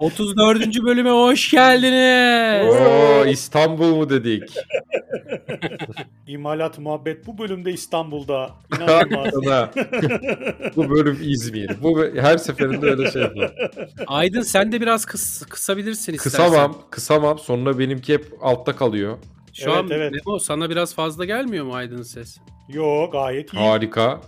34. bölüme hoş geldiniz. Oo, İstanbul mu dedik? İmalat muhabbet bu bölümde İstanbul'da. İnanılmaz. Sana. bu bölüm İzmir. Bu bö- her seferinde öyle şey yapıyor. Aydın sen de biraz kıs kısabilirsin istersen. Kısamam, kısamam. Sonra benimki hep altta kalıyor. Şu Evet, an evet. Memo, sana biraz fazla gelmiyor mu Aydın ses? Yo gayet iyi. Harika.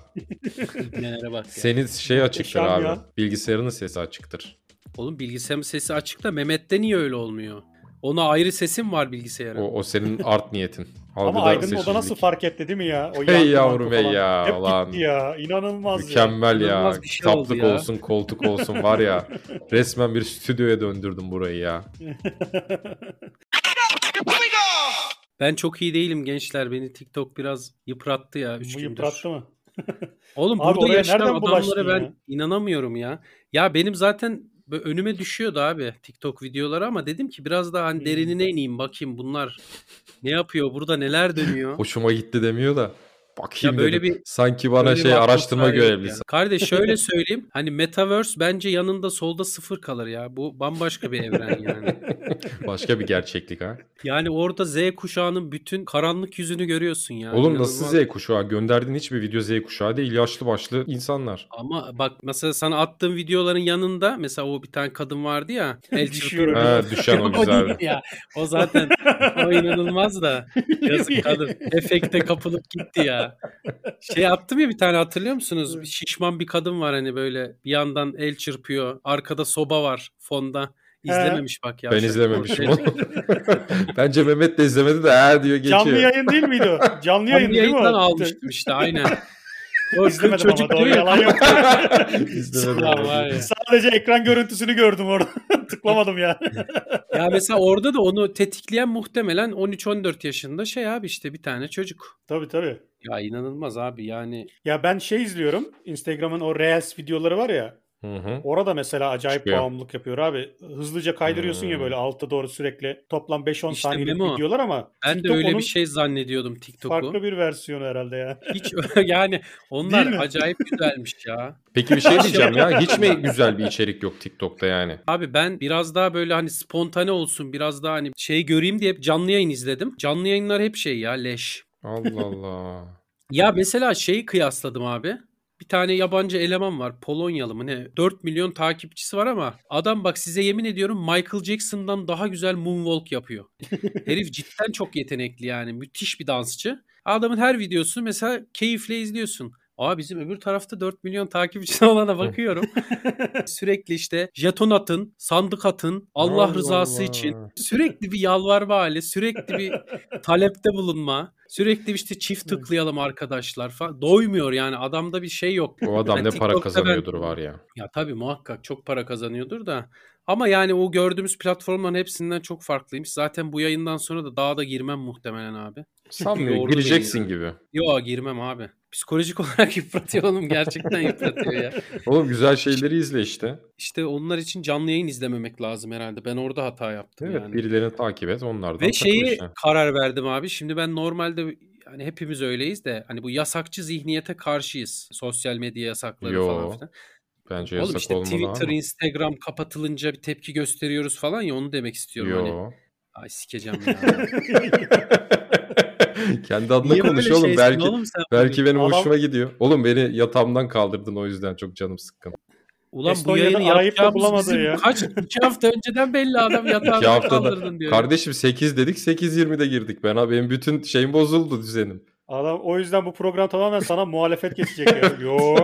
İlginlere bak ya. Senin şey açıktır Muhteşem abi. ya. Bilgisayarının sesi açıktır. Oğlum bilgisayarın sesi açık da Mehmet'te niye öyle olmuyor? Ona ayrı sesim var bilgisayara. O, o senin art niyetin. Ama Algıda Aydın o da seçicilik. nasıl fark etti değil mi ya? O Hey yankı yavrum, mankı hey falan. ya, Hep lan. gitti ya. İnanılmaz ya. Mükemmel ya. İnanılmaz bir şey oldu Kitaplık ya. olsun, koltuk olsun var ya. Resmen bir stüdyoya döndürdüm burayı ya. Ben çok iyi değilim gençler. Beni TikTok biraz yıprattı ya 3 Bu gündür. yıprattı mı? Oğlum Abi burada oraya yaşayan nereden adamlara bulaştın ben ya? inanamıyorum ya. Ya benim zaten böyle önüme düşüyordu abi TikTok videoları ama dedim ki biraz daha hani Hmm. derinine ineyim bakayım bunlar ne yapıyor burada neler dönüyor. Hoşuma gitti demiyor da. Bakayım Ya böyle dedim. bir- Sanki bana Öyle bir şey atmosfer araştırma yok ya. görevlisi. Kardeş şöyle söyleyeyim. Hani Metaverse bence yanında solda sıfır kalır ya. Bu bambaşka bir evren yani. Başka bir gerçeklik ha. Yani orada Z kuşağının bütün karanlık yüzünü görüyorsun ya. Oğlum nasıl İnanılmaz. Z kuşağı? Gönderdiğin hiçbir video Z kuşağı değil. Yaşlı başlı insanlar. Ama bak mesela sana attığım videoların yanında mesela o bir tane kadın vardı ya. El Düşüyor çırpıyor. Ha, düşen o Yok, güzeldi. değil ya. O zaten o inanılmaz da. Yazık kadın. Efekte kapılıp gitti ya. Şey attım ya bir tane hatırlıyor musunuz? Bir Şişman bir kadın var hani böyle bir yandan el çırpıyor. Arkada soba var fonda. İzlememiş bak ya. Ben Şöyle- izlememişim onu. Bence Mehmet de izlemedi de eğer diyor geçiyor. Canlı yayın değil miydi o? Canlı, yayın Canlı değil mi o? yayından almıştım işte aynen. O İzlemedim çocuk ama doğru diyor ya. yalan yok. İzlemedim. Ya var ya. Sadece ekran görüntüsünü gördüm orada. Tıklamadım ya. Ya mesela orada da onu tetikleyen muhtemelen 13-14 yaşında şey abi işte bir tane çocuk. tabii tabii. Ya inanılmaz abi yani. Ya ben şey izliyorum. Instagram'ın o Reels videoları var ya. Hı hı. Orada mesela acayip Çıkıyor. bağımlılık yapıyor abi. Hızlıca kaydırıyorsun ya Hmm. böyle alta doğru sürekli toplam 5-10 İşte saniyelik Memo, videolar ama Ben de TikTok öyle onun bir şey zannediyordum TikTok'u. farklı bir versiyonu herhalde ya. Hiç yani onlar Değil mi? acayip güzelmiş ya. Peki bir şey diyeceğim ya. Hiç mi güzel bir içerik yok TikTok'ta yani? Abi ben biraz daha böyle hani spontane olsun biraz daha hani şey göreyim diye hep canlı yayın izledim. Canlı yayınlar hep şey ya leş. Allah Allah. Ya mesela şeyi kıyasladım abi. Bir tane yabancı eleman var Polonyalı mı ne 4 milyon takipçisi var ama adam bak size yemin ediyorum Michael Jackson'dan daha güzel moonwalk yapıyor. Herif cidden çok yetenekli yani müthiş bir dansçı. Adamın her videosunu mesela keyifle izliyorsun. Aa bizim öbür tarafta 4 milyon takipçisi olana bakıyorum. Sürekli işte jeton atın, sandık atın, Allah, Allah rızası Allah. için. Sürekli bir yalvarma hali, sürekli bir talepte bulunma. Sürekli işte çift tıklayalım arkadaşlar falan. Doymuyor yani adamda bir şey yok. O adam Ben ne para TikTok'ta kazanıyordur ben- var ya. Ya tabii muhakkak çok para kazanıyordur da. Ama yani o gördüğümüz platformların hepsinden çok farklıymış. Zaten bu yayından sonra da daha da girmem muhtemelen abi. Sanmıyor. Yordu Gireceksin gibi. Yo girmem abi. Psikolojik olarak yıpratıyor oğlum. Gerçekten yıpratıyor ya. Oğlum güzel şeyleri izle işte. İşte onlar için canlı yayın izlememek lazım herhalde. Ben orada hata yaptım Evet yani. birilerini takip et onlardan Ve takıl şeyi işte. karar verdim abi. Şimdi ben normalde hani hepimiz öyleyiz de hani bu yasakçı zihniyete karşıyız. Sosyal medya yasakları Yo, falan filan. Bence Oğlum yasak işte olmalı Twitter, ama. Instagram kapatılınca bir tepki gösteriyoruz falan ya onu demek istiyorum hani. Yo. Ay sikeceğim ya. Kendi adına hani. Niye böyle şey konuş oğlum. şeysin Belki oğlum sen? Belki benim Adam- hoşuma gidiyor. Oğlum beni yatağımdan kaldırdın o yüzden çok canım sıkkın. Ulan bu Estonya'da yayını arayıp da bulamadı yapacağımız bizim ya. kaç? iki hafta önceden belli adam İki yatağına haftada- kaldırdın diyor. Kardeşim 8 dedik 8.20'de girdik ben abi. Benim bütün şeyim bozuldu düzenim. Adam o yüzden bu program tamamen sana muhalefet geçecek ya. Yo.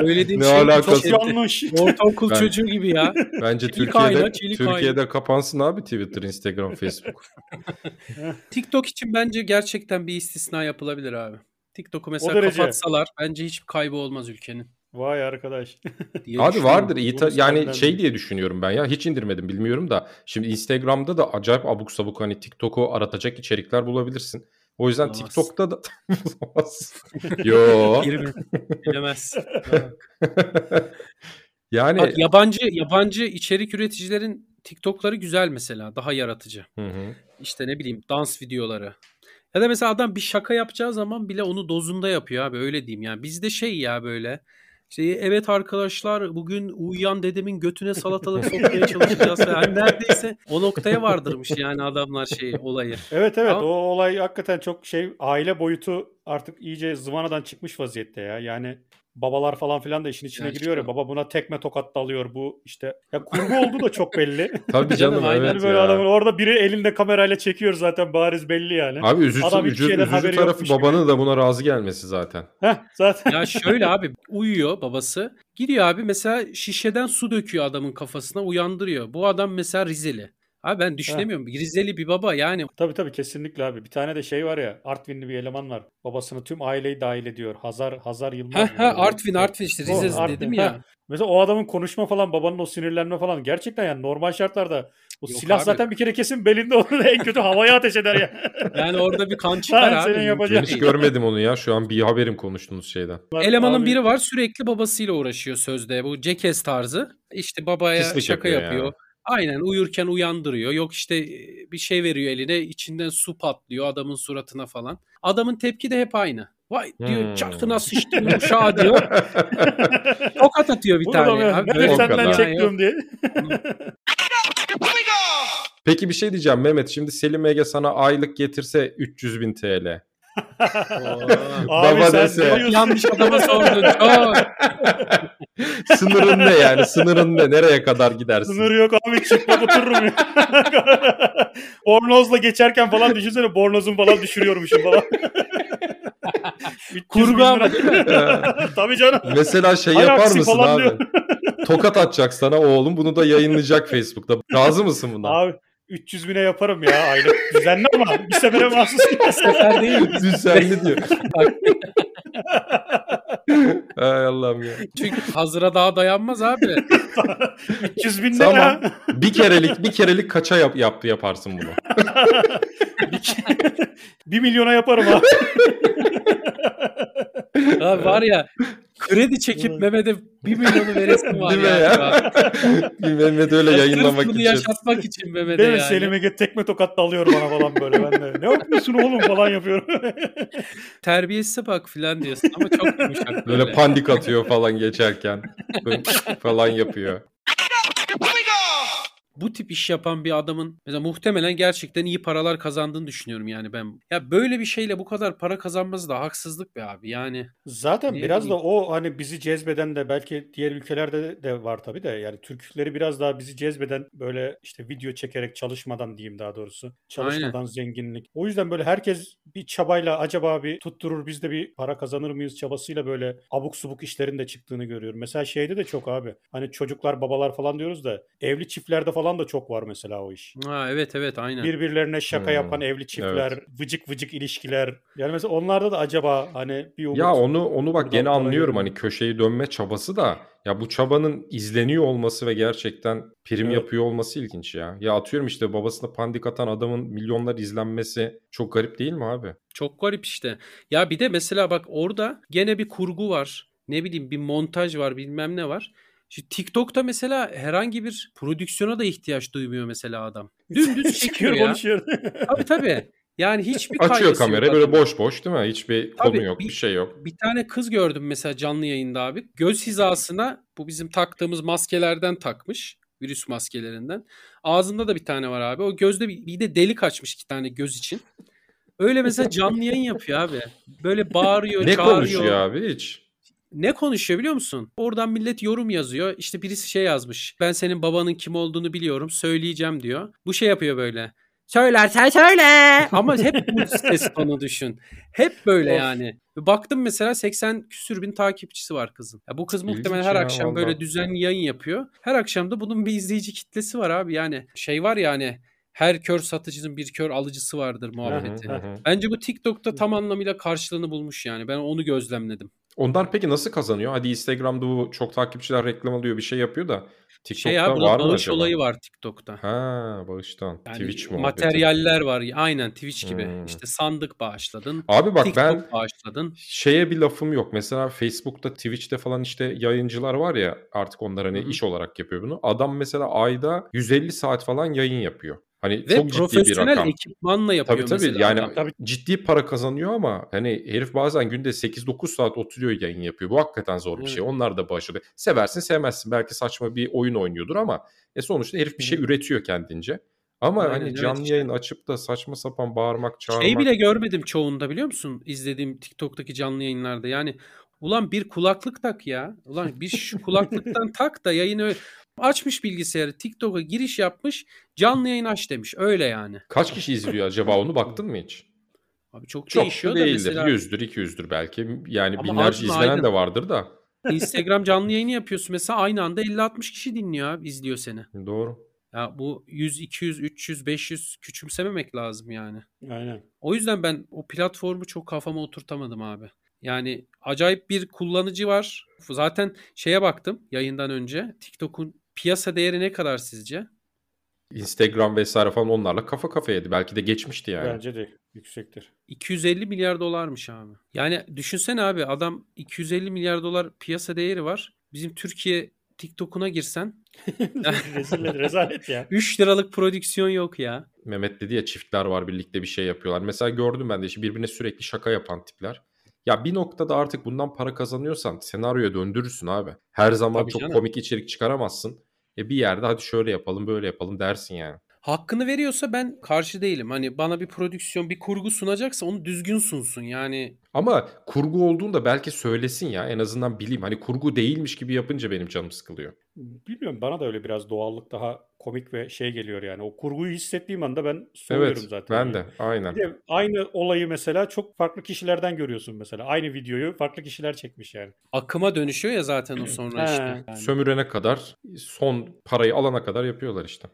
Söylediğim Ne şey çok alakası? şey- Yanlış. Ortaokul Ben- çocuğu gibi ya. Bence Çelik Türkiye'de ayna, çelik Türkiye'de kapansın abi Twitter, Instagram, Facebook. TikTok için bence gerçekten bir istisna yapılabilir abi. TikTok'u mesela derece. kapatsalar bence hiç kaybı olmaz ülkenin. Vay arkadaş. diye abi düşünüyorum. vardır iyi Bunu ta- yani senden şey duydum. diye düşünüyorum ben ya hiç indirmedim bilmiyorum da. Şimdi Instagram'da da acayip abuk sabuk hani TikTok'u aratacak içerikler bulabilirsin. O yüzden Bulamaz. TikTok'ta da bulamaz. Yo. Girme. Bilemez. yani Bak yabancı yabancı içerik üreticilerin TikTok'ları güzel mesela. Daha yaratıcı. Hı hı. İşte ne bileyim dans videoları. Ya da mesela adam bir şaka yapacağı zaman bile onu dozunda yapıyor abi öyle diyeyim. Yani bizde şey ya böyle İşte evet arkadaşlar bugün uyuyan dedemin götüne salatalık sokmaya çalışacağız falan. Hani Neredeyse o noktaya vardırmış yani adamlar şeyi olayı. Evet evet Ama- o olay hakikaten çok şey aile boyutu artık iyice zıvanadan çıkmış vaziyette ya. Yani babalar falan filan da işin içine Ya giriyor ya. işte. Baba buna tekme tokat da alıyor bu işte. Ya kurgu olduğu da çok belli. Tabii Canım, canım aynen evet Yani böyle ya. adamın orada biri elinde kamerayla çekiyor zaten bariz belli yani. Abi üzücü, Adam hiçbir üzücü, şeyden üzücü haberi tarafı yokmuş gibi. babanın da buna razı gelmesi zaten. Heh, zaten Ya şöyle abi uyuyor babası. Giriyor abi mesela şişeden su döküyor adamın kafasına uyandırıyor. Bu adam mesela Rizeli. Abi ben düşünemiyorum. Bir Rizeli bir baba yani tabii tabii kesinlikle abi. Bir tane de şey var ya Artvinli bir eleman var. Babasını tüm aileyi dahil ediyor. Hazar Hazar Yılmaz. Ha mı? ha Öyle- Artvin Artvin işte O, Rize Artvin, dedim ha. ya. Mesela o adamın konuşma falan babanın o sinirlenme falan gerçekten yani normal şartlarda o Yok silah abi. zaten bir kere kesin belinde onun en kötü havaya ateş eder ya. Yani orada bir kan çıkar abi. Ha, mümkün senin Ben yapacağın- değil. hiç görmedim onu ya. Şu an bir haberim konuştuğunuz şeyden. Elemanın Abi, biri var sürekli babasıyla uğraşıyor sözde. Bu Jackass tarzı. İşte babaya Pislik şaka yapıyor ya. yapıyor. Aynen uyurken uyandırıyor. Yok işte e, bir şey veriyor eline içinden su patlıyor adamın suratına falan. Adamın tepki de hep aynı. Vay diyor Hmm. çaktına sıçtın uşağı diyor. Tokat atıyor bir Bunu da tane. ben Abi ben böyle de o bir senden kadar. dünya yok. çekmiyorum diye. Peki bir şey diyeceğim Mehmet. Şimdi Selim Ege sana aylık getirse 300 bin TL. Abi Baba sen dese. ne diyorsun? Yanlış adama sordun. Aa, Sınırın ne yani? Sınırın ne? Nereye kadar gidersin? Sınır yok abi çıkma otururum ya. Bornozla geçerken falan düşünsene bornozun falan düşürüyormuşum falan. 300 bin kurgu lira. ama değil mi? Ee, Tabii canım. Mesela şey Hayır, yapar aksi mısın falan abi? diyor. Tokat atacak sana oğlum. Bunu da yayınlayacak Facebook'ta. Razı mısın buna? Abi 300 bine yaparım ya aylık. Düzenli ama bir sefere mahsus. Sefer değil. Düzenli diyor. Ay Allah'ım ya. Çünkü hazıra daha dayanmaz abi. 300 bin ne Tamam. ya? Bir kerelik bir kerelik kaça yap, yap yaparsın bunu? 1 milyona yaparım abi. Ya var ya kredi çekip Mehmet'e 1 milyonu veresim var Değil mi ya. ya? Mehmet öyle Sırf yayınlamak bunu için. yaşatmak için Mehmet'e Değil mi? yani. Selim Ege tekme tokat dalıyor bana falan böyle ben de. Ne yapıyorsun oğlum falan yapıyorum. Terbiyesize bak filan diyorsun ama çok yumuşak böyle. Böyle pandik atıyor falan geçerken. Böyle falan yapıyor. Bu tip iş yapan bir adamın mesela muhtemelen gerçekten iyi paralar kazandığını düşünüyorum yani ben. Ya böyle bir şeyle bu kadar para kazanması da haksızlık be abi yani. Zaten Ne biraz da bileyim. o hani bizi cezbeden de belki diğer ülkelerde de var tabii de yani Türkleri biraz daha bizi cezbeden böyle işte video çekerek çalışmadan diyeyim daha doğrusu. Çalışmadan zenginlik. O yüzden böyle herkes bir çabayla acaba bir tutturur biz de bir para kazanır mıyız çabasıyla böyle abuk subuk işlerin de çıktığını görüyorum. Mesela şeyde de çok abi. Hani çocuklar babalar falan diyoruz da evli çiftlerde falan da çok var mesela o iş. Ha evet evet aynen. Birbirlerine şaka Hmm, yapan evli çiftler, vıcık vıcık ilişkiler. Yani mesela onlarda da acaba hani bir umut Ya onu onu bak Buradan gene para anlıyorum geliyor. hani köşeyi dönme çabası da ya bu çabanın izleniyor olması ve gerçekten prim Evet. yapıyor olması ilginç ya. Ya atıyorum işte babasına pandik atan adamın milyonlar izlenmesi çok garip değil mi abi? Çok garip işte. Ya bir de mesela bak orada gene bir kurgu var. Ne bileyim bir montaj var bilmem ne var. Şimdi TikTok'ta mesela herhangi bir prodüksiyona da ihtiyaç duymuyor mesela adam. Dümdüz çekiyor Çıkıyor ya. konuşuyor. Tabii tabii. Yani hiçbir Açıyor kaygısı yok kamerayı böyle adamın. boş boş değil mi? Hiçbir Tabii, konu yok, bir- bir şey yok. Bir tane kız gördüm mesela canlı yayında abi. Göz hizasına bu bizim taktığımız maskelerden takmış. Virüs maskelerinden. Ağzında da bir tane var abi. O gözde bir, bir de delik açmış iki tane göz için. Öyle mesela canlı yayın yapıyor abi. Böyle bağırıyor, Ne çağırıyor. konuşuyor abi hiç? Ne konuşuyor biliyor musun? Oradan millet yorum yazıyor. İşte birisi şey yazmış. Ben senin babanın kim olduğunu biliyorum. Söyleyeceğim diyor. Bu şey yapıyor böyle. Söylersen söyle. Ama hep bu ses tonu düşün. Hep böyle Of. yani. Baktım mesela 80 küsür bin takipçisi var kızın. Ya bu kız İlginç muhtemelen her ya, akşam vallahi. böyle düzenli yayın yapıyor. Her akşam da bunun bir izleyici kitlesi var abi. Yani şey var ya hani her kör satıcının bir kör alıcısı vardır Hı hı, muhabbeti. hı hı. Bence bu TikTok'ta tam anlamıyla karşılığını bulmuş yani. Ben onu gözlemledim. Onlar peki nasıl kazanıyor? Hadi Instagram'da bu çok takipçiler reklam alıyor bir şey yapıyor da TikTok'ta Şey abi var burada mı bağış acaba? olayı var TikTok'ta. Ha bağıştan. Yani Twitch mi? materyaller var. Aynen Twitch gibi. Hmm. İşte sandık bağışladın. Abi bak TikTok ben bağışladın. şeye bir lafım yok. Mesela Facebook'ta, Twitch'te falan işte yayıncılar var ya artık onlar hani Hı hı. iş olarak yapıyor bunu. Adam mesela ayda 150 saat falan yayın yapıyor. Hani Ve çok ciddi bir profesyonel rakam. ekipmanla yapıyor Tabii tabii mesela. yani adam. Tabii. ciddi para kazanıyor ama hani herif bazen günde 8-9 saat oturuyor yayın yapıyor. Bu hakikaten zor bir şey. Onlar da başarılı. Seversin sevmezsin belki saçma bir oyun oynuyordur ama e sonuçta herif bir şey üretiyor kendince. Ama Aynen, hani evet canlı işte. yayın açıp da saçma sapan bağırmak, çağırmak. Şey bile görmedim çoğunda biliyor musun? İzlediğim TikTok'taki canlı yayınlarda. Yani ulan bir kulaklık tak ya. Ulan bir şu kulaklıktan tak da yayını öyle- açmış bilgisayarı TikTok'a giriş yapmış canlı yayın aç demiş. Öyle yani. Kaç kişi izliyor acaba onu baktın mı hiç? Abi çok, Çok değişiyor da da değildir. mesela. 100'dür, 200'dür belki. Yani Ama binlerce Arjun izlenen Aydın. de vardır da. Instagram canlı yayını yapıyorsun mesela aynı anda 50-60 kişi dinliyor abi, izliyor seni. Doğru. Ya bu 100, 200, 300, 500 küçümsememek lazım yani. Aynen. O yüzden ben o platformu çok kafama oturtamadım abi. Yani acayip bir kullanıcı var. Zaten şeye baktım yayından önce. TikTok'un piyasa değeri ne kadar sizce? Instagram vesaire falan onlarla kafa kafayaydı. Belki de geçmişti yani. Bence de yüksektir. 250 milyar dolarmış abi. Yani düşünsene abi adam 250 milyar dolar piyasa değeri var. Bizim Türkiye TikTok'una girsen Rezil, rezalet ya. 3 liralık prodüksiyon yok ya. Mehmet dedi ya çiftler var birlikte bir şey yapıyorlar. Mesela gördüm ben de işte birbirine sürekli şaka yapan tipler. Ya bir noktada artık bundan para kazanıyorsan senaryoya döndürürsün abi. Her zaman Tabii çok canım. komik içerik çıkaramazsın. E bir yerde hadi şöyle yapalım böyle yapalım dersin yani. Hakkını veriyorsa ben karşı değilim. Hani bana bir prodüksiyon, bir kurgu sunacaksa onu düzgün sunsun. Yani Ama kurgu olduğunda belki söylesin ya en azından bileyim. Hani kurgu değilmiş gibi yapınca benim canım sıkılıyor. Bilmiyorum bana da öyle biraz doğallık daha komik ve şey geliyor yani. O kurguyu hissettiğim anda ben soğuyorum evet zaten. ben yani. de aynen. Bir de aynı olayı mesela çok farklı kişilerden görüyorsun mesela. Aynı videoyu farklı kişiler çekmiş yani. akıma dönüşüyor ya zaten o sonra He. işte. Yani. Sömürene kadar son parayı alana kadar yapıyorlar işte.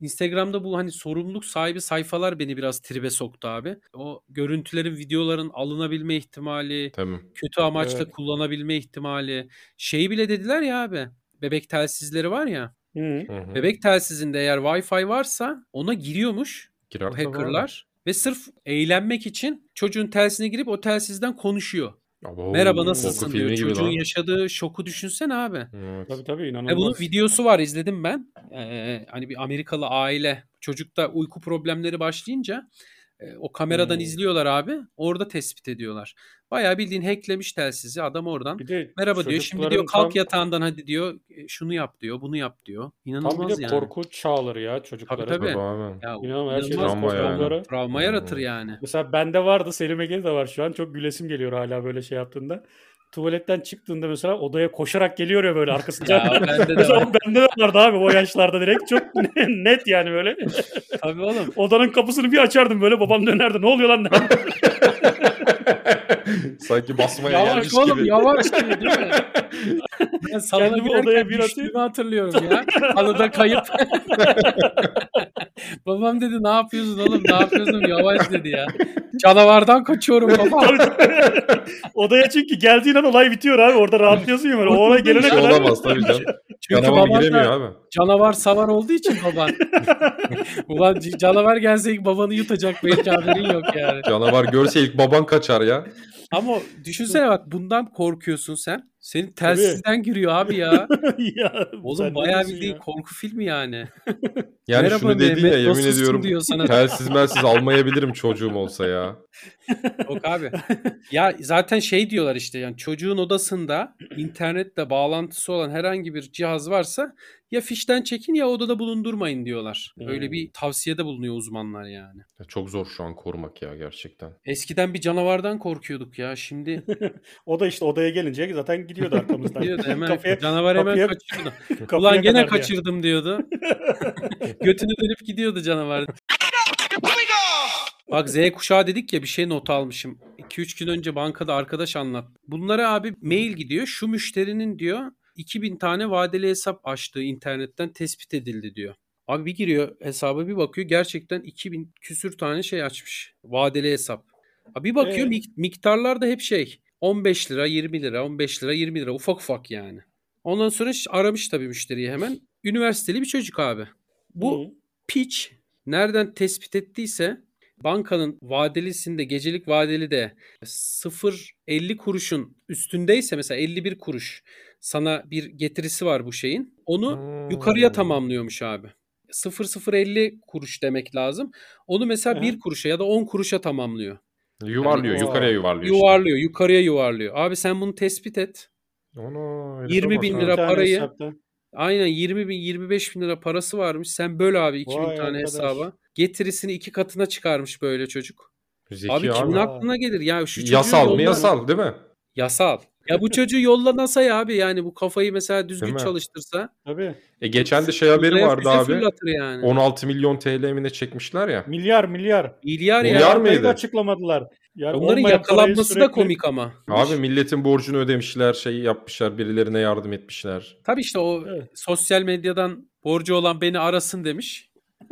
Instagram'da bu hani sorumluluk sahibi sayfalar beni biraz tribe soktu abi. O görüntülerin, videoların alınabilme ihtimali, Tamam. kötü amaçla Evet. kullanabilme ihtimali. Şeyi bile dediler ya abi. Bebek telsizleri var ya. Hı. Hı hı. Bebek telsizinde eğer Wi-Fi varsa ona giriyormuş Girer bu de var. hackerlar ve sırf eğlenmek için çocuğun telsizine girip o telsizden konuşuyor. Abo, Merhaba korku nasılsın filmi diyor. gibi Çocuğun lan. yaşadığı şoku düşünsene abi. Evet. Tabii tabii E inanılmaz. bunun videosu var izledim ben. Ee, hani bir Amerikalı aile çocukta uyku problemleri başlayınca e, o kameradan Hmm. izliyorlar abi. Orada tespit ediyorlar. Bayağı bildiğin hacklemiş telsizi adam oradan. Bir de Merhaba diyor. Şimdi diyor çocukların kalk tam- yatağından hadi diyor. e, Şunu yap diyor. Bunu yap diyor. Tam, bir İnanılmaz de yani. korku çağları ya çocukların. Tabii. Tabii abi. Ya, İnanılmaz her şeyden inanılmaz Travma yani. korkuları. travma Hmm. yaratır yani. Mesela bende vardı Selim Ege'de de var şu an. Çok gülesim geliyor hala böyle şey yaptığında. Tuvaletten çıktığında mesela odaya koşarak geliyor ya böyle arkasından. Ya bende de mesela var. o bende de vardı abi o yaşlarda direkt. Çok net yani böyle. Tabii oğlum. Odanın kapısını bir açardım böyle babam dönerdi. Ne oluyor lan? Sanki basmaya Yavaş gelmiş oğlum gibi. yavaş gibi değil mi? Ben salona Kendimi girerken odaya bir düştüğümü hatırlıyorum ya. Halıda kayıp. Babam dedi ne yapıyorsun oğlum ne yapıyorsun yavaş dedi ya. Canavardan kaçıyorum baba. Odaya çünkü geldiğin an olay bitiyor abi. Orada rahatlıyorsun ya böyle. O olay gelene Şey kadar. olamaz tabii canım. Çünkü Canavar baban giremiyor da abi. canavar savar olduğu için baban. Ulan c- canavar gelse ilk babanı yutacak belki haberin yok yani. Canavar görse ilk baban kaçar ya. Ama düşünsene bak bundan korkuyorsun sen. Senin telsizden giriyor abi ya. ya, Oğlum sen bayağı ne diyorsun bildiğin ya? korku filmi yani. Yani Merhaba şunu dedin Mehmet, ya yemin nasılsın ediyorum diyor sana. telsiz melsiz almayabilirim çocuğum olsa ya. Yok abi. Ya zaten şey diyorlar işte yani çocuğun odasında internetle bağlantısı olan herhangi bir cihaz varsa ya fişten çekin ya odada bulundurmayın diyorlar. Öyle Hmm. bir tavsiyede bulunuyor uzmanlar yani. Ya Çok zor şu an korumak ya gerçekten. Eskiden bir canavardan korkuyorduk ya. Şimdi O da işte odaya gelince zaten gidiyordu arkamızdan. diyor da hemen Kafaya- canavar hemen kapıya- kaçıyordu. kapıya Ulan gene kadar diye. kaçırdım diyordu. Götünü dönüp gidiyordu canavar. Bak Z kuşağı dedik ya bir şey not almışım. 2-3 gün önce bankada arkadaş anlat. Bunlara abi mail gidiyor. Şu müşterinin diyor 2000 tane vadeli hesap açtığı internetten tespit edildi diyor. Abi bir giriyor hesaba bir bakıyor gerçekten 2000 küsür tane şey açmış. Vadeli hesap. Abi bir bakıyor Ee? mik- miktarlar da hep şey 15 lira 20 lira 15 lira 20 lira ufak ufak yani. Ondan sonra ş- aramış tabii müşteriyi hemen. Üniversiteli bir çocuk abi. Bu Hı. piç nereden tespit ettiyse bankanın vadelisinde gecelik vadeli de 0.50 kuruşun üstündeyse mesela 51 kuruş sana bir getirisi var bu şeyin. Onu yukarıya Hmm. tamamlıyormuş abi. 0.050 kuruş demek lazım. Onu mesela Hı. 1 kuruşa ya da 10 kuruşa tamamlıyor. Yuvarlıyor, Yani- yukarıya yuvarlıyor. işte. Yuvarlıyor, yukarıya yuvarlıyor. Abi sen bunu tespit et. Ana, 20 bin bin lira Bir tane parayı- hesapta. Aynen 20 bin 25 bin lira parası varmış. Sen böl abi 2000 Vay tane arkadaş. hesaba. Getirisini iki katına çıkarmış böyle çocuk. Zeki abi abi, kimin abi. aklına gelir? Ya şu çocuğu Yasal mı yolla- yasal değil mi? Yasal. Ya bu çocuğu yolla NASA'ya abi yani bu kafayı mesela Değil düzgün mi? çalıştırsa Tabii. E geçen de şey haberi uzaya vardı füze abi. fırlatır yani. 16 milyon TL emine çekmişler ya. Milyar milyar. Milyar ya. Milyar Milyar mıydı? mıydı? açıklamadılar. Yani Onların olmayan parayı yakalanması da sürekli- komik ama. Abi milletin borcunu ödemişler, şeyi yapmışlar, birilerine yardım etmişler. Tabii işte o Evet. sosyal medyadan borcu olan beni arasın demiş.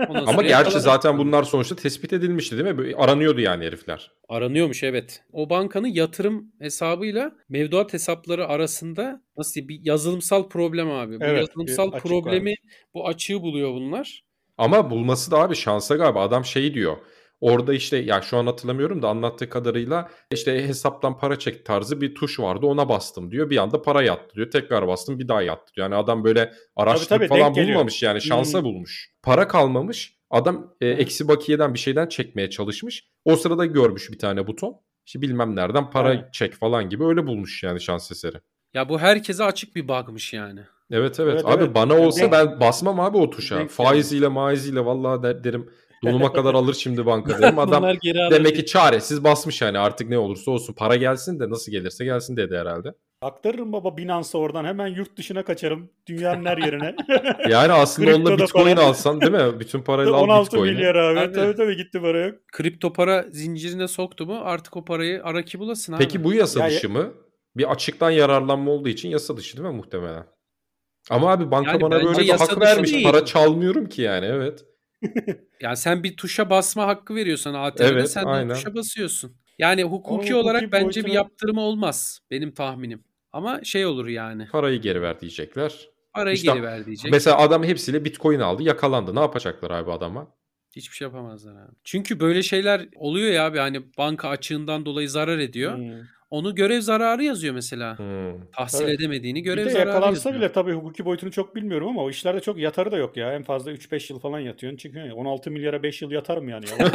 Ondan Ama sonra gerçi yakaladı. zaten bunlar sonuçta tespit edilmişti değil mi? Böyle Aranıyordu yani herifler. Aranıyormuş evet. O bankanın yatırım hesabıyla mevduat hesapları arasında nasıl diyeyim, bir yazılımsal problem abi. Bu Evet, yazılımsal bir açık problemi bu açığı buluyor bunlar. Ama bulması da abi şansa galiba. Adam şey diyor. Orada işte ya şu an hatırlamıyorum da anlattığı kadarıyla işte hesaptan para çek tarzı bir tuş vardı ona bastım diyor. Bir anda para yattı diyor. Tekrar bastım bir daha yattı diyor. Yani adam böyle araştırıp tabii, falan denk geliyor. bulmamış yani şansa Hmm. bulmuş. Para kalmamış. Adam e, eksi bakiyeden bir şeyden çekmeye çalışmış. O sırada görmüş bir tane buton. İşte bilmem nereden para Aynen. çek falan gibi öyle bulmuş yani şans eseri. Ya bu herkese açık bir bug'mış yani. Evet evet. Evet, abi evet. bana Yani olsa denk- ben basmam abi o tuşa. denk Faiziyle maiziyle vallahi der, derim donuma kadar alır şimdi banka derim. Adam Bunlar geri alır demek diye. ki çaresiz basmış yani artık ne olursa olsun para gelsin de nasıl gelirse gelsin dedi herhalde. Aktarırım baba Binance'a oradan hemen yurt dışına kaçarım. Dünyanın her yerine. Yani aslında onunla Kriptoda bitcoin falan. alsan değil mi? Bütün parayla al 16 bitcoin'i. milyar abi. Hadi. Tabii tabii gitti para yok. kripto para zincirine soktu mu artık o parayı araki bulasın abi. Peki bu yasa Ya- dışı mı? Bir açıktan yararlanma olduğu için yasa dışı değil mi muhtemelen? Ama abi banka Yani bana bence böyle bir yasa hak dışı vermiş. değil. Para çalmıyorum ki yani evet. Yani sen bir tuşa basma hakkı veriyorsan ATM'de Evet, sen de aynen. o tuşa basıyorsun. Yani hukuki, Onun hukuki olarak bence bir boyutunu- yaptırımı olmaz benim tahminim. Ama şey olur yani. Parayı geri ver diyecekler. Parayı İşte geri ver diyecek. Mesela adam hepsiyle bitcoin aldı yakalandı. Ne yapacaklar abi adama? Hiçbir şey yapamazlar abi. Çünkü böyle şeyler oluyor ya abi hani banka açığından dolayı zarar ediyor. Hmm. Onu görev zararı yazıyor mesela. Hmm. Tahsil Tabii. edemediğini Bir görev de zararı yakalansa yazıyor. bile tabii hukuki boyutunu çok bilmiyorum ama o işlerde çok yatarı da yok ya. En fazla 3-5 yıl falan yatıyorsun. Çünkü 16 milyara 5 yıl yatar mı yani?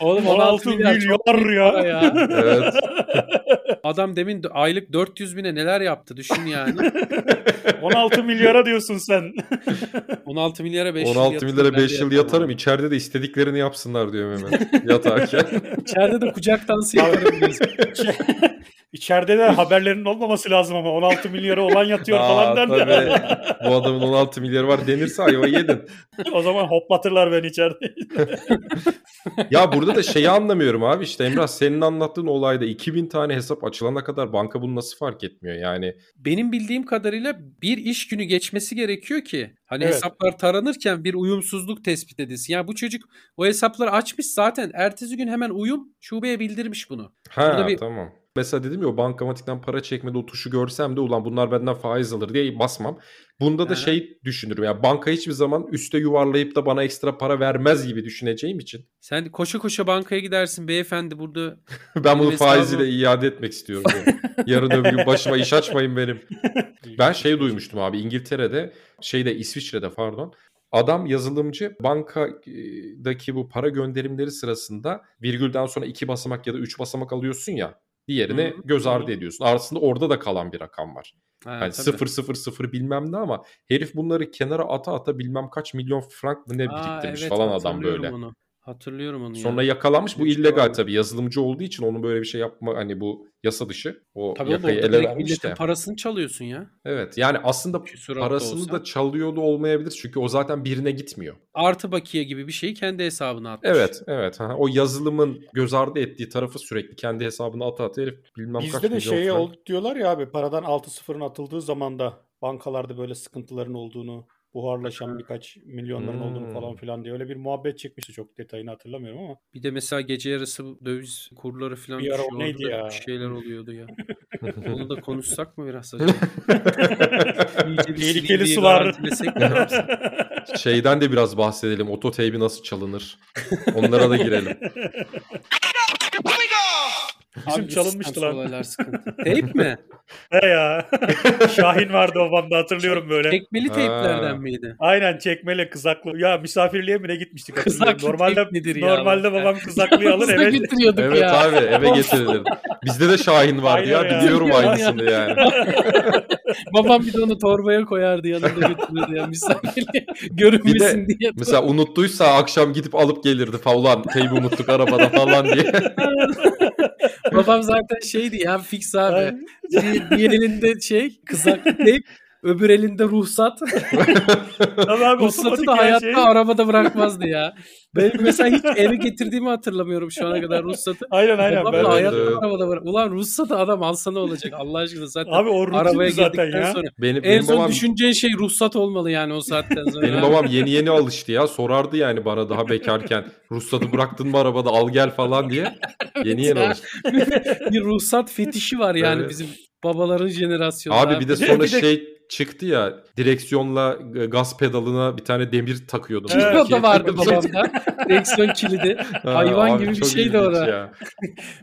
Oğlum 16 milyar çok milyar para ya. ya. evet. Adam demin d- aylık 400 bine neler yaptı düşün yani. 16 milyara diyorsun sen. 16 milyara 5 16 yıl milyara 5 yıl yatarım. içeride İçeride de istediklerini yapsınlar diyor Mehmet. Yatarken. İçeride de kucak dansı yaparım diyorsun. İçe- İçeride de haberlerin olmaması lazım ama 16 milyara olan yatıyor Aa, falan derler. tabii. Bu adamın 16 milyarı var denirse ayva yedin. o zaman hoplatırlar beni içeride. Ya burada da şeyi anlamıyorum abi işte Emrah senin anlattığın olayda 2000 tane hesap açılana kadar banka bunu nasıl fark etmiyor yani. Benim bildiğim kadarıyla bir iş günü geçmesi gerekiyor ki hani Evet. hesaplar taranırken bir uyumsuzluk tespit edilsin. Yani bu çocuk o hesapları açmış zaten. Ertesi gün hemen uyum şubeye bildirmiş bunu. Ha Burada bir- tamam. Mesela dedim ya o bankamatikten para çekmede o tuşu görsem de ulan bunlar benden faiz alır diye basmam. Bunda da Aha. şey düşünürüm ya banka hiçbir zaman üste yuvarlayıp da bana ekstra para vermez gibi düşüneceğim için. Sen koşa koşa bankaya gidersin beyefendi burada. Ben bunu Benim hesabım- faiziyle iade etmek istiyorum. yani. Yarın öbür gün başıma iş açmayın benim. Ben şey duymuştum abi İngiltere'de şeyde İsviçre'de pardon. Adam yazılımcı bankadaki bu para gönderimleri sırasında virgülden sonra iki basamak ya da üç basamak alıyorsun ya. Diğerini Hı hı, göz hı hı. ardı ediyorsun. Aslında orada da kalan bir rakam var. Ha, Yani tabii. Hani sıfır sıfır sıfır bilmem ne ama herif bunları kenara ata ata bilmem kaç milyon frank mı ne Aa, biriktirmiş evet, falan adam hatırlıyorum böyle. Onu. Hatırlıyorum onu Sonra ya. yakalanmış. Bu Üç illegal civarı. tabii. Yazılımcı olduğu için onun böyle bir şey yapma hani bu yasa dışı. O Tabii oğlum, yakayı orada ele direkt vermiş milletin de. parasını çalıyorsun ya. Evet. Yani aslında Küsurat da parasını olsa. da çalıyor da olmayabilir. Çünkü o zaten birine gitmiyor. Artı bakiye gibi bir şeyi kendi hesabına atmış. Evet. Evet. Ha, o yazılımın göz ardı ettiği tarafı sürekli kendi hesabına ata ata herif bilmem kaç Bizde de milyon şey frank- oldu diyorlar ya abi paradan 6 sıfırın atıldığı zaman da bankalarda böyle sıkıntıların olduğunu, buharlaşan birkaç milyonların Hmm. olduğunu falan filan diye öyle bir muhabbet çıkmıştı. Çok detayını hatırlamıyorum ama. Bir de mesela gece yarısı bu döviz kurları falan Bir ara o düşüyordu. neydi da ya? Bir şeyler oluyordu ya. Onu da konuşsak mı biraz acaba? İyice bir Tehlikeli Silivri'yi sular. garantilesek mi? Şeyden de biraz bahsedelim. Ototeybi nasıl çalınır? Onlara da girelim. Bizim çalınmıştı sistemsel lan. olaylar sıkıntı. Teyp mi? He ya. Şahin vardı o banda hatırlıyorum böyle. Çekmeli Ha. teyplerden miydi? Aynen çekmeli kızaklı. Ya misafirliğe mi ne gitmiştik? hatırlıyorum. Kızaklı normalde teyp nedir ya? normalde babam kızaklıyı alır Hızla eve götürüyorduk Evet ya. abi eve getirilir. Bizde de Şahin vardı ya, Aynen ya. biliyorum Aynen. aynısını yani. Babam bir de onu torbaya koyardı yanında götürürdü ya misafirliğe görünmesin diye. Mesela unuttuysa akşam gidip alıp gelirdi falan. Teybi unuttuk arabada falan diye. Babam zaten şeydi ya fix abi. Aynen. Bir, bir elinde şey kızaklı teyp öbür elinde ruhsat. Tabii abi Ruhsatı otomatik da her hayatta şey. arabada bırakmazdı ya. Ben mesela hiç eve getirdiğimi hatırlamıyorum şu ana kadar ruhsatı. Aynen aynen. Babam ben- da hayatta Evet. arabada bırak. Ulan ruhsatı adam alsa ne olacak Allah aşkına zaten. Abi o arabaya rutin zaten girdikten ya. sonra. Benim, En benim son babam düşüneceğin şey ruhsat olmalı yani o saatten sonra. Benim babam yeni yeni alıştı ya. Sorardı yani bana daha bekarken. Ruhsatı bıraktın mı arabada al gel falan diye. Yeni yeni ya. alıştı. bir ruhsat fetişi var yani Evet. bizim babaların jenerasyonu. Abi bir de Bir de- sonra bir de- şey çıktı ya. Direksiyonla e, gaz pedalına bir tane demir takıyordum. Evet. o da vardı Çok- babamda. Direksiyon kilidi. Ha, Hayvan gibi bir şey çok şeydi ilginç o da. ya.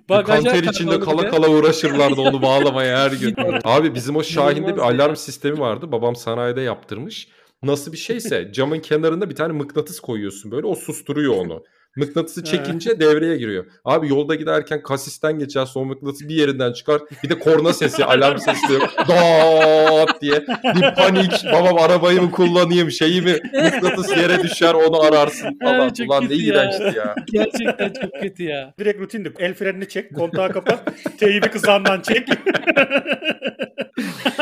Bagaja kanter tak içinde onu bir de. kala kala uğraşırlardı onu bağlamaya her gün. Abi bizim o Şahin'de bir İnanılmazdı alarm ya. sistemi vardı. Babam sanayide yaptırmış. Nasıl bir şeyse camın kenarında bir tane mıknatıs koyuyorsun böyle o susturuyor onu. Mıknatısı çekince devreye giriyor. Abi yolda giderken kasisten geçer son mıknatıs bir yerinden çıkar. Bir de korna sesi, alarm sesi de yok. Daaat diye. Bir panik. Babam arabayı mı kullanayım şeyi mi? Mıknatıs yere düşer onu ararsın falan. Evet, çok Ulan ne kötü ya. iğrençti ya. Gerçekten çok kötü ya. Direkt rutindi. El frenini çek, kontağı kapat, teybi kızağından çek.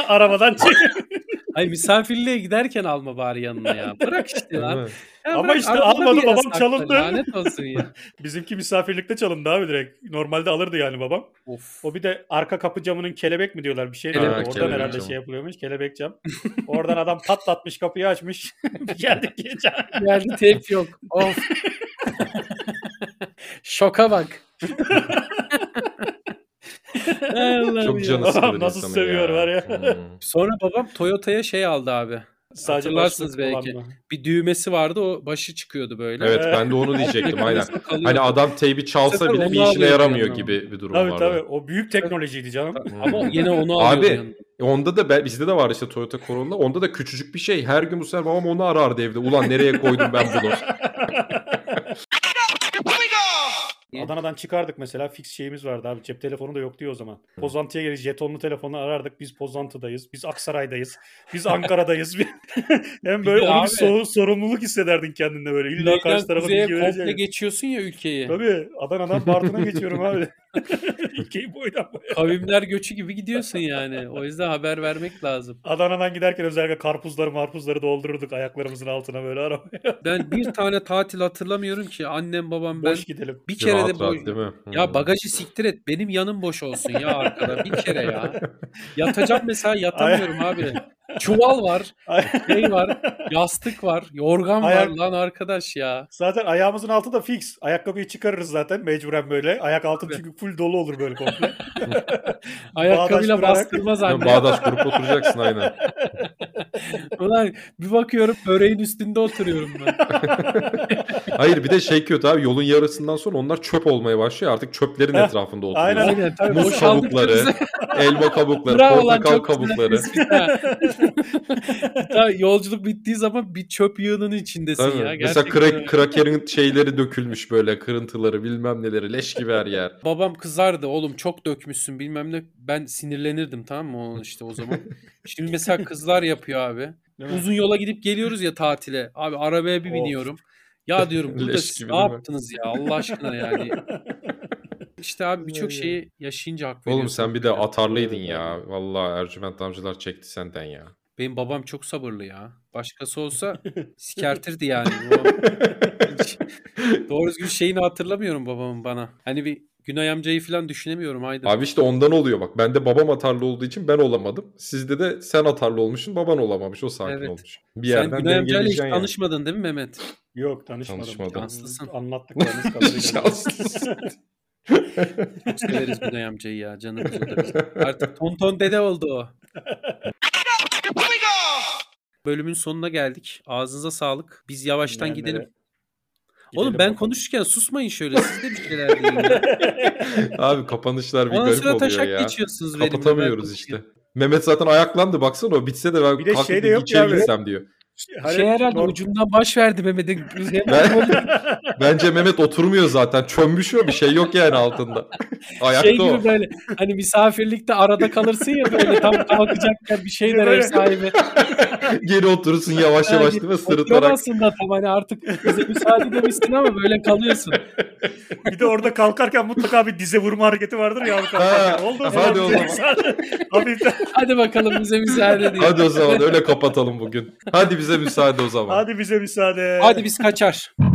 Arabadan çek. Ay misafirliğe giderken alma bari yanına ya. Bırak işte lan. Evet. Ya Ama bırak, işte arabada bir almadı, yere babam sakla, çalındı. Lanet olsun ya. Bizimki misafirlikte çalındı abi direkt. Normalde alırdı yani babam. Of. O bir de arka kapı camının kelebek mi diyorlar bir şey. Kelebek diyorlar. Oradan camı. herhalde şey yapılıyormuş. Kelebek cam. Oradan adam patlatmış kapıyı açmış. Bir Geldik gece. Geldi tep yok. Of. Şoka bak. Ay Allah'ım Çok ya. canı Babam sıkılır nasıl insanın seviyor var ya. Hmm. Sonra babam Toyota'ya şey aldı abi. Hatırlarsınız başlık belki. olan mı? Bir düğmesi vardı o başı çıkıyordu böyle. Evet ben de onu diyecektim aynen. Kalıyordu. Hani adam teybi çalsa sefer bile onu bir işine alıyor yaramıyor yanına. gibi bir durum Tabii vardı. tabii. O büyük teknolojiydi canım. Ama yine onu Abi, alıyordu yanında. E Onda da ben, bizde de var işte Toyota Corolla. Onda da küçücük bir şey. Her gün bu sefer babam onu arardı evde. Ulan nereye koydum ben bunu? Adana'dan çıkardık mesela fix şeyimiz vardı abi. Cep telefonu da yok diyor o zaman. Pozantıya gelip jetonlu telefonu arardık. Biz Pozantı'dayız. Biz Aksaray'dayız. Biz Ankara'dayız. Hem böyle Bir de onu abi- bir so- sorumluluk hissederdin kendinde böyle. İlla karşı tarafa kuzeye bilgi komple vereceksin. geçiyorsun ya ülkeyi. Tabii Adana'dan Bartın'a geçiyorum abi. Ülkeyi boydan boya. Kavimler göçü gibi gidiyorsun yani. O yüzden haber vermek lazım. Adana'dan giderken özellikle karpuzları marpuzları doldururduk ayaklarımızın altına böyle arabaya. Ben bir tane tatil hatırlamıyorum ki annem babam ben Boş gidelim. bir kere de rahat boş. rahat değil mi? Hmm. Ya bagajı siktir et. Benim yanım boş olsun ya arkada. Bir kere ya. Yatacağım mesela yatamıyorum abi. Çuval var, Ay- şey var, yastık var, yorgan var Ayak- lan arkadaş ya. Zaten ayağımızın altı da fix. Ayakkabıyı çıkarırız zaten mecburen böyle. Ayak altın Tabii. çünkü full dolu olur böyle komple. Ayakkabıyla Bağdaş kurarak- bastırmaz Hmm. anne. Bağdaş grup oturacaksın aynen. Ulan bir bakıyorum böreğin üstünde oturuyorum ben. Hayır bir de şey kötü abi yolun yarısından sonra onlar çöp olmaya başlıyor. Artık çöplerin Heh, etrafında aynen. oturuyorsun. Aynen tabii. Muz boşaldık kabukları, bize. elma kabukları, Bravo lan, portakal çok güzel kabukları. tespit ha. Ta- yolculuk bittiği zaman bir çöp yığınının içindesin Tabii. ya. Mesela Gerçekten. kra- krakerin şeyleri dökülmüş böyle kırıntıları bilmem neleri leş gibi her yer. Babam kızardı oğlum çok dökmüşsün bilmem ne. Ben sinirlenirdim tamam mı onun işte o zaman. Şimdi mesela kızlar yapıyor abi. Değil mi? Uzun yola gidip geliyoruz ya tatile. Abi arabaya bir Of. biniyorum. Ya diyorum burada Leş siz gibi ne değil mi? yaptınız ya Allah aşkına yani. İşte abi birçok şeyi yaşayınca hak veriyorsun. Oğlum sen bir de hakikaten. atarlıydın Evet, ya. Vallahi Ercüment amcalar çekti senden ya. Benim babam çok sabırlı ya. Başkası olsa sikertirdi yani. Babam- Hiç Doğru düzgün şeyini hatırlamıyorum babamın bana. Hani bir Günay amcayı falan düşünemiyorum Aydın. Abi işte ondan oluyor bak. Ben de babam atarlı olduğu için ben olamadım. Sizde de sen atarlı olmuşsun, baban olamamış. O sakin Evet. olmuş. Bir Sen yerden Günay amcayla hiç dengeleyeceksin yani. tanışmadın değil mi Mehmet? Yok tanışmadım. Tanışmadım. Şanslısın. Anlattıklarınız kadarıyla. Şanslısın. Çok severiz Günay amcayı ya canımız o da bizim. Artık tonton dede oldu o. Bölümün sonuna geldik. Ağzınıza sağlık. Biz yavaştan Dinleyenlere- gidelim. Oğlum ben bakalım. konuşurken susmayın şöyle siz de bir şeyler deyin. ya. Abi kapanışlar bir Ondan garip sonra oluyor taşak ya. geçiyorsunuz benimle. ben Kapatamıyoruz konuşuyorum. işte. Mehmet zaten ayaklandı baksana o bitse de ben Bir de kalkıp şey de bir yok ya içeri abi. girsem diyor. Hani şey herhalde norm- ucundan baş verdi Mehmet'in. Ben, bence Mehmet oturmuyor zaten. Çömmüş o bir şey yok yani altında. Ayakta şey o. gibi böyle hani misafirlikte arada kalırsın ya böyle tam kalkacakken bir şey der ev Böyle- sahibi. Hani Geri oturursun yavaş yavaş değil mi? Sırıtarak. Oturamazsın da tam hani artık bize müsaade demişsin ama böyle kalıyorsun. bir de orada kalkarken mutlaka bir dize vurma hareketi vardır ya. abi kalkarken. Ha, oldu mu? hadi Hadi oğlum. Hafiften. Hadi bakalım bize müsaade diye. Hadi o zaman öyle kapatalım bugün. Hadi bize müsaade o zaman. Hadi bize müsaade. Hadi biz kaçar.